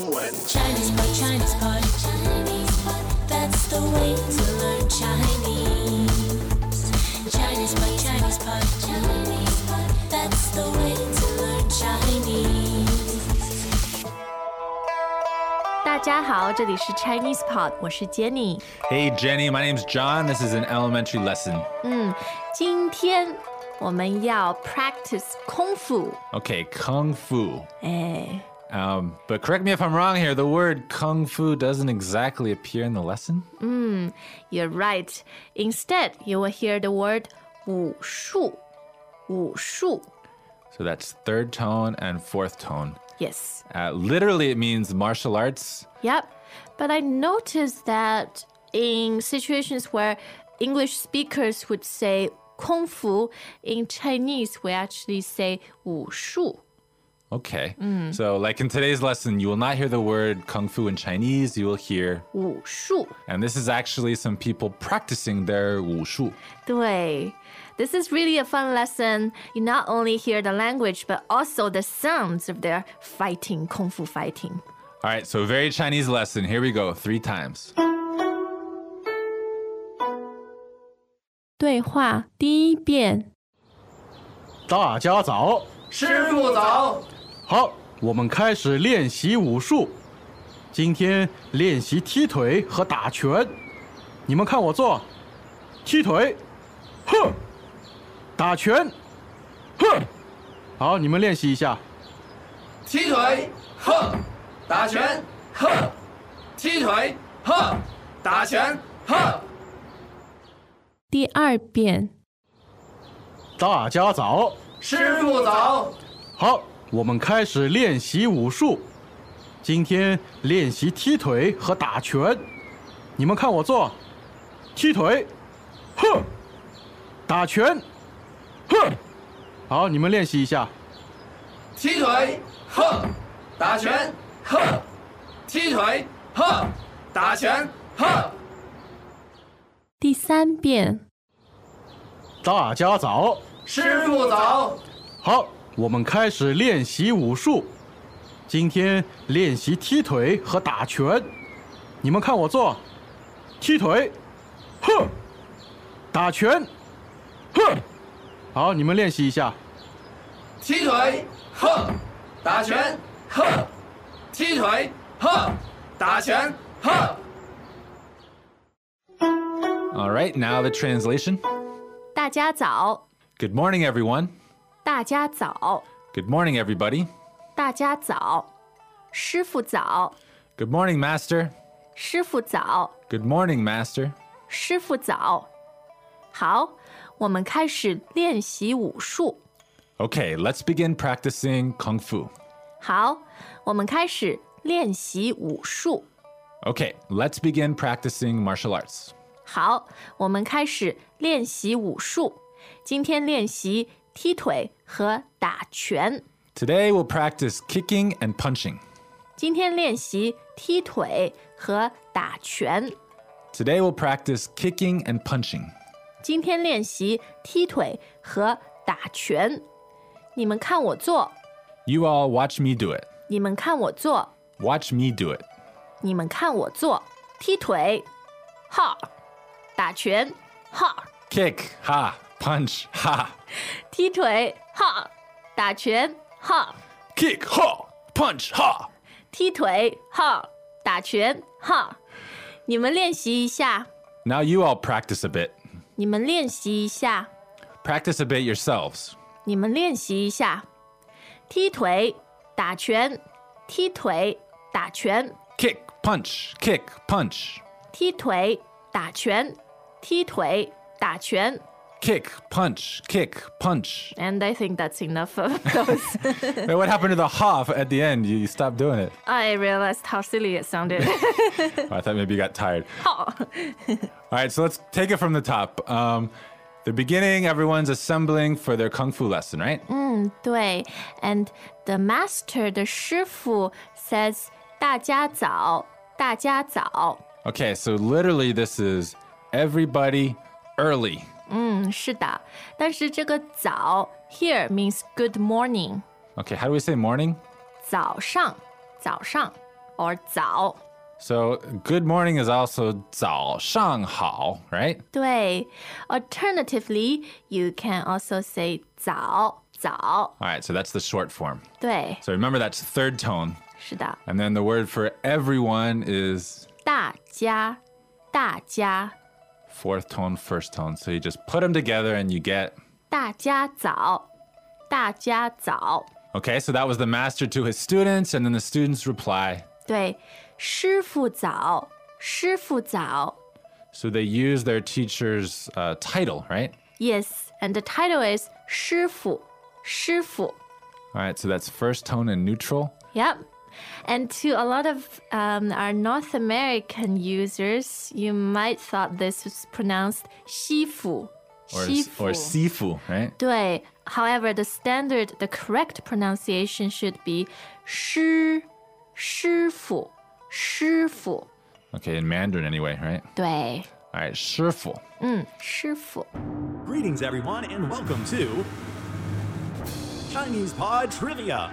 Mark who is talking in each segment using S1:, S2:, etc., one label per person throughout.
S1: Chinese pot, Chinese pot, Chinese pot. That's the way to learn Chinese. Chinese pot, Chinese pot, Chinese pot. That's the way to learn Chinese.
S2: 大家好，这里是 Chinese Pod，我是 Jenny。
S3: Hey Jenny, my name's John. This is an elementary lesson.
S2: 嗯，今天我们要 practice 空腹。
S3: Okay, kung fu.
S2: 哎，
S3: Um, but correct me if I'm wrong here. The word kung fu doesn't exactly appear in the lesson.
S2: You're right. Instead, you will hear the word 武术。武术
S3: So that's third tone and fourth tone.
S2: ，yes,
S3: Uh, literally, it means martial arts.
S2: yep. But I noticed that in situations where English speakers would say 空腹, in Chinese we actually say 武术。
S3: Okay. So, like in today's lesson, you will not hear the word kung fu in Chinese. You will hear,
S2: 武术。
S3: and this is actually some people practicing their wushu.
S2: 对，This is really a fun lesson. You not only hear the language, but also the sounds of their fighting, 空腹 fighting.
S3: All right. So, very Chinese lesson. Here we go. Three times.
S2: 对话第一遍，
S4: 大家早，
S5: 师傅早，
S4: 好，我们开始练习武术。今天练习踢腿和打拳，你们看我做，踢腿，哼，打拳，哼，好，你们练习一下。
S5: 踢腿，哼，打拳，哼，踢腿，哼，打拳，哼。
S2: 第二遍，
S4: 大家早，
S5: 师傅早，
S4: 好，我们开始练习武术。今天练习踢腿和打拳，你们看我做，踢腿，哼，打拳，哼，好，你们练习一下。
S5: 踢腿，哼，打拳，哼，踢腿，哼，打拳，哼。
S2: 第三遍，
S4: 大家早，
S5: 师傅早，
S4: 好，我们开始练习武术。今天练习踢腿和打拳，你们看我做，踢腿，哼，打拳，哼，好，你们练习一下。
S5: 踢腿，哼，打拳，哼，踢腿，哼，打拳，哼。
S3: All right. Now the translation.
S2: 大家早，
S3: Good morning, everyone.
S2: 大家早，
S3: Good morning, everybody.
S2: 大家早，师傅早，
S3: Good morning, Master.
S2: 师傅早，
S3: Good morning, Master.
S2: 师傅早。好，我们开始练习武术。
S3: Okay, let's begin practicing Kung Fu.
S2: 好，我们开始练习武术。
S3: Okay, let's begin practicing martial arts.
S2: 好，我们开始练习武术。今天练习踢腿和打拳。
S3: Today we'll practice kicking and punching.
S2: 今天练习踢腿和打拳。
S3: Today we'll practice kicking and punching.
S2: 今天练习踢腿和打拳。你们看我做，
S3: You all watch me do it.
S2: 你们看我做，
S3: Watch me do it.
S2: 你们看我做。踢腿，哈；打拳，哈；
S3: Kick, ha, punch, ha.
S2: 踢腿，哈；打拳，哈；
S3: Kick, ha, punch, ha.
S2: 踢腿，哈；打拳，哈。你们练习一下。
S3: Now you all practice a bit.
S2: 你们练习一下，
S3: Practice a bit yourselves.
S2: 你们练习一下，踢腿、打拳、踢腿、打拳、
S3: Kick, punch, kick, punch.
S2: 踢腿、打拳、踢腿、打拳。
S3: Kick, punch, kick, punch.
S2: And I think that's enough of those.
S3: Hey, what happened to the ha f- at the end? You, you stopped doing it.
S2: I realized how silly it sounded.
S3: I thought maybe you got tired.
S2: 好，
S3: All right, so let's take it from the top. Um, the beginning, everyone's assembling for their kung fu lesson, right?
S2: 嗯， 对。And the master 的师傅 says 大家早，大家早。
S3: Okay, so literally, this is everybody early.
S2: 嗯，是的。但是这个早 here means good morning。
S3: Okay, how do we say morning?
S2: 早上，早上 or 早。
S3: So good morning is also 早上好, right?
S2: 对，alternatively you can also say 早早。
S3: All right, so that's the short form.
S2: 对，
S3: So remember that's third tone.
S2: 是的，
S3: And then the word for everyone is
S2: 大家大家
S3: fourth tone, first tone. So you just put them together and you get.
S2: 大家早，大家早。
S3: Okay, so that was the master to his students, and then the students reply.
S2: 对，师傅早，师傅早。
S3: So they use their teacher's uh, title, right?
S2: Yes, and the title is 师傅师傅。
S3: All right, so that's first tone and neutral.
S2: Yep. And to a lot of um, our North American users, you might thought this was pronounced 西服.
S3: Or, or sifu, right?
S2: 对. However, the standard, the correct pronunciation should be 师,师傅,师傅.
S3: Okay, in Mandarin anyway, right?
S2: 对,
S3: All right, shifu.
S2: 师傅.
S6: Greetings, everyone, and welcome to Chinese Pod Trivia.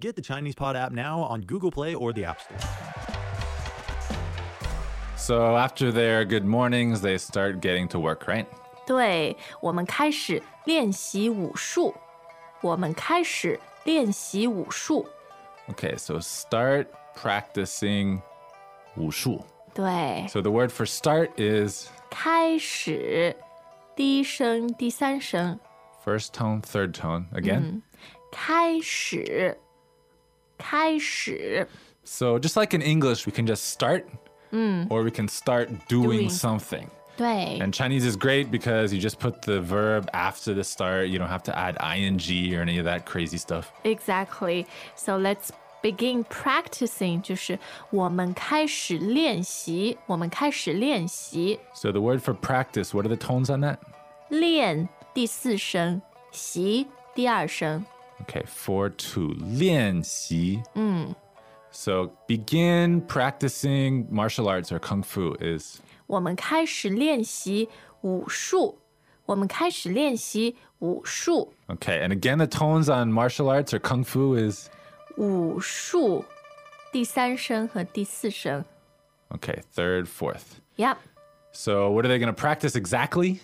S6: Get the Chinese Pod app now on Google Play or the App Store.
S3: So after their good mornings, they start getting to work, right?
S2: 对，我们开始练习武术。我们开始练习武术。
S3: Okay, so start practicing wushu.
S2: 对，
S3: So the word for start is
S2: 开始，第一声，第三声，
S3: first tone, third tone again.
S2: 开始，开始。
S3: So just like in English, we can just start or we can start doing,
S2: Doing.
S3: something.
S2: 对
S3: And Chinese is great because you just put the verb after the start. You don't have to add ing or any of that crazy stuff.
S2: ，exactly. So let's begin practicing，就是我们开始练习，我们开始练习。
S3: So the word for practice, what are the tones on that?
S2: 练第四声，习第二声，
S3: Okay, for to 练习. So begin practicing martial arts or kung fu is
S2: 我们开始练习武术。我们开始练习武术，
S3: okay. And again, the tones on martial arts or kung fu is
S2: 武术，第三声和第四声。
S3: okay. Third, fourth.
S2: Yep.
S3: So what are they going to practice exactly?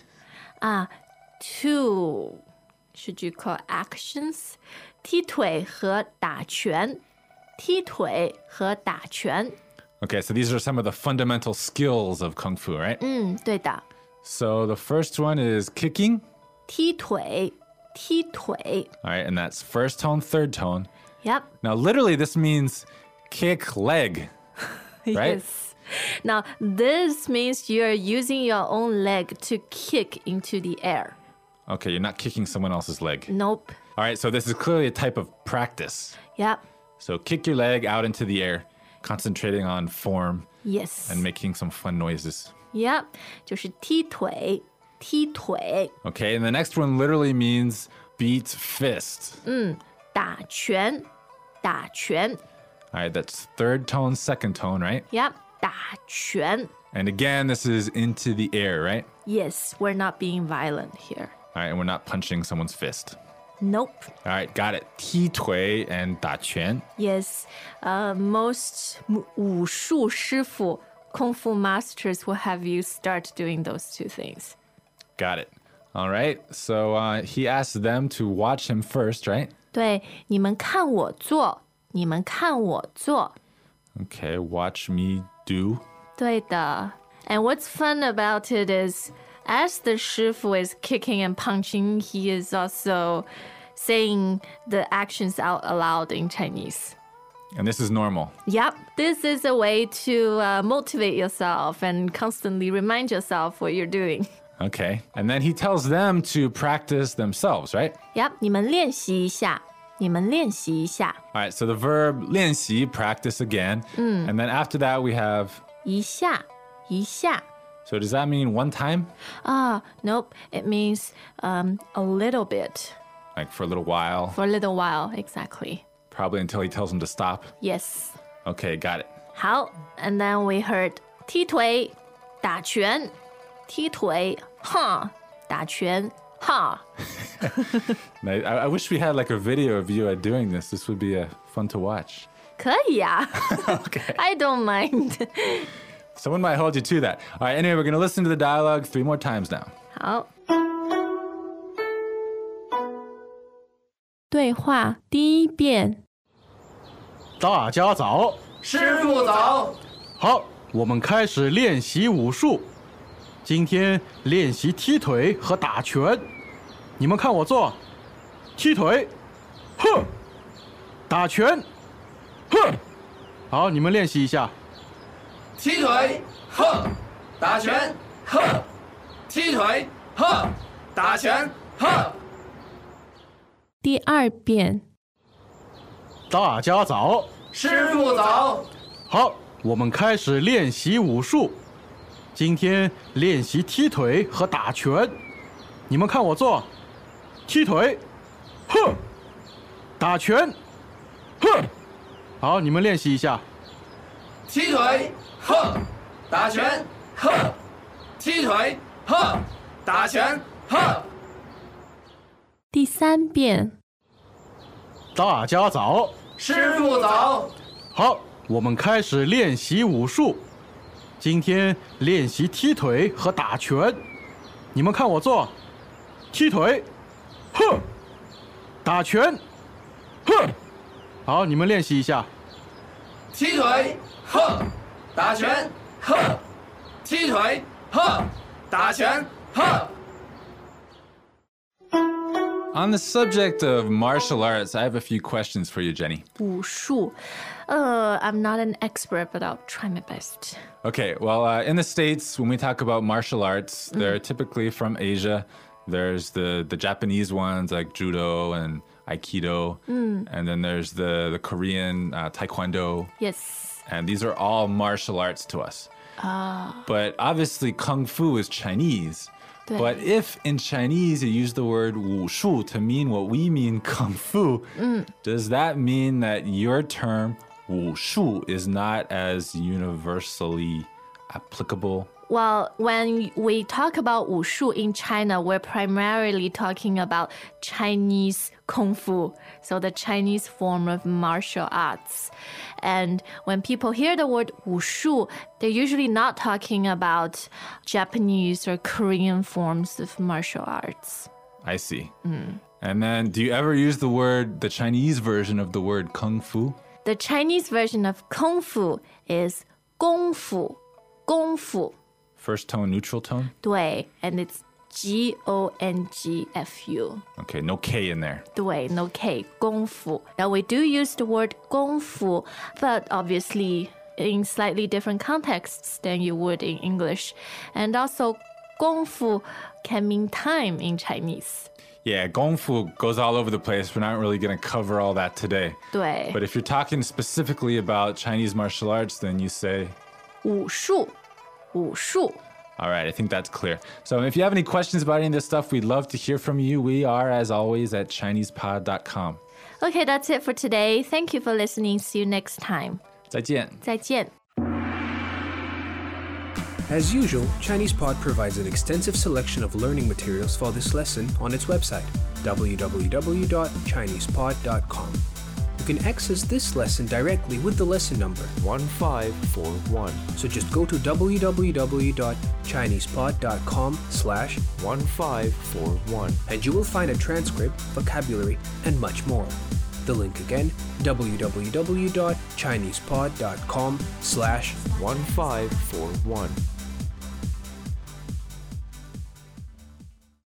S2: Two. Should you call actions? 踢腿和打拳。踢腿和打拳。
S3: Okay, so these are some of the fundamental skills of kung fu, right?
S2: 嗯，对的。
S3: So the first one is kicking.
S2: 踢腿，踢腿。
S3: All right, and that's first tone, third tone.
S2: Yep.
S3: Now, literally, this means kick leg. Right?
S2: Yes. Now, this means you're using your own leg to kick into the air.
S3: Okay, you're not kicking someone else's leg.
S2: Nope.
S3: All right, so this is clearly a type of practice.
S2: Yep.
S3: So kick your leg out into the air, concentrating on form
S2: Yes.
S3: and making some fun noises.
S2: yep. 就是踢腿，踢腿，
S3: Okay, and the next one literally means beat fist.
S2: 打拳，打拳。
S3: All right, that's third tone, second tone, right?
S2: Yep. 打拳。
S3: And again, this is into the air, right?
S2: Yes, we're not being violent here.
S3: All right, and we're not punching someone's fist.
S2: Nope.
S3: All right, got it. 踢腿 and 打拳.
S2: Yes, uh, most 武术师傅, kung fu masters will have you start doing those two things.
S3: Got it. All right, so uh, he asked them to watch him first, right?
S2: 对，你们看我做，你们看我做。对的。And
S3: Okay, watch me do.
S2: what's fun about it is, as the 师傅 is kicking and punching, he is also saying the actions out aloud in Chinese.
S3: And this is normal.
S2: Yep, this is a way to uh, motivate yourself and constantly remind yourself what you're doing.
S3: Okay. And then he tells them to practice themselves, right?
S2: Yep，你们练习一下，你们练习一下，
S3: All right, so the verb 练习, practice again. And then after that, we have.
S2: 一下，一下。
S3: So does that mean one time?
S2: Ah, nope. It means um a little bit
S3: Like for a little while?
S2: for a little while. Exactly.
S3: Probably until he tells him to stop.
S2: Yes.
S3: Okay, got it.
S2: 好，and then we heard 踢腿、打拳、踢腿，哈，打拳，哈。
S3: And I, I wish we had like a video of you uh, doing this. This would be uh, fun to watch.
S2: 可以啊 ，I don't mind 。
S3: Someone might hold you to that. All right, anyway, we're going to listen to the dialogue three more times now.
S2: 好。对话第一遍，
S4: 大家早，
S5: 师傅早，
S4: 好，我们开始练习武术。今天练习踢腿和打拳，你们看我做，踢腿，哼，打拳，哼，好，你们练习一下。
S5: 踢腿，呵，打拳，呵，踢腿，呵，打拳，呵，
S2: 第二遍，
S4: 大家早，
S5: 师傅早，
S4: 好，我们开始练习武术。今天练习踢腿和打拳，你们看我做，踢腿，哼，打拳，哼，好，你们练习一下。
S5: 踢腿，呵，打拳，呵，踢腿，呵，打拳，呵，
S2: 第三遍，
S4: 大家早，
S5: 师傅早，
S4: 好，我们开始练习武术。今天练习踢腿和打拳，你们看我做，踢腿，哼，打拳，哼，好，你们练习一下。
S5: 踢腿，呵，打拳，呵，踢腿，呵，打拳，呵。
S3: On the subject of martial arts, I have a few questions for you, Jenny.
S2: 武术。呃、i m not an expert, but I'll try my best.
S3: Okay, well, uh, in the States, when we talk about martial arts, they're typically from Asia. There's the, the Japanese ones like judo and aikido, and then there's the, the Korean uh, taekwondo.
S2: Yes.
S3: And these are all martial arts to us. But obviously, kung fu is Chinese.
S2: Right.
S3: But if in Chinese you use the word wushu to mean what we mean kung fu, does that mean that your term wushu is not as universally applicable?
S2: Well, when we talk about wushu in China, we're primarily talking about Chinese kung fu, so the Chinese form of martial arts. And when people hear the word wushu, they're usually not talking about Japanese or Korean forms of martial arts.
S3: I see. And then, do you ever use the word, the Chinese version of the word kung fu?
S2: The Chinese version of kung fu is gong fu, gong fu.
S3: First tone, neutral tone?
S2: 对, and it's G O N G F U.
S3: Okay, no K in there.
S2: 对，no K 功夫。Now we do use the word 功夫，but obviously in slightly different contexts than you would in English, and also 功夫 can mean time in Chinese.
S3: Yeah, Gong Fu goes all over the place. We're not really going to cover all that today.
S2: 对
S3: But if you're talking specifically about Chinese martial arts, then you say,
S2: 武术，武术。
S3: all right, I think that's clear. So if you have any questions about any of this stuff, we'd love to hear from you. We are, as always, at ChinesePod.com.
S2: Okay, that's it for today. Thank you for listening. See you next time.
S3: 再见.
S2: 再见。
S7: As usual, ChinesePod provides an extensive selection of learning materials for this lesson on its website, www.chinesepod.com. You can access this lesson directly with the lesson number,
S8: 1541.
S7: so just go to www.chinesepod.com slash
S8: 1541.
S7: and you will find a transcript, vocabulary, and much more. The link again, www.chinesepod.com slash
S8: 1541.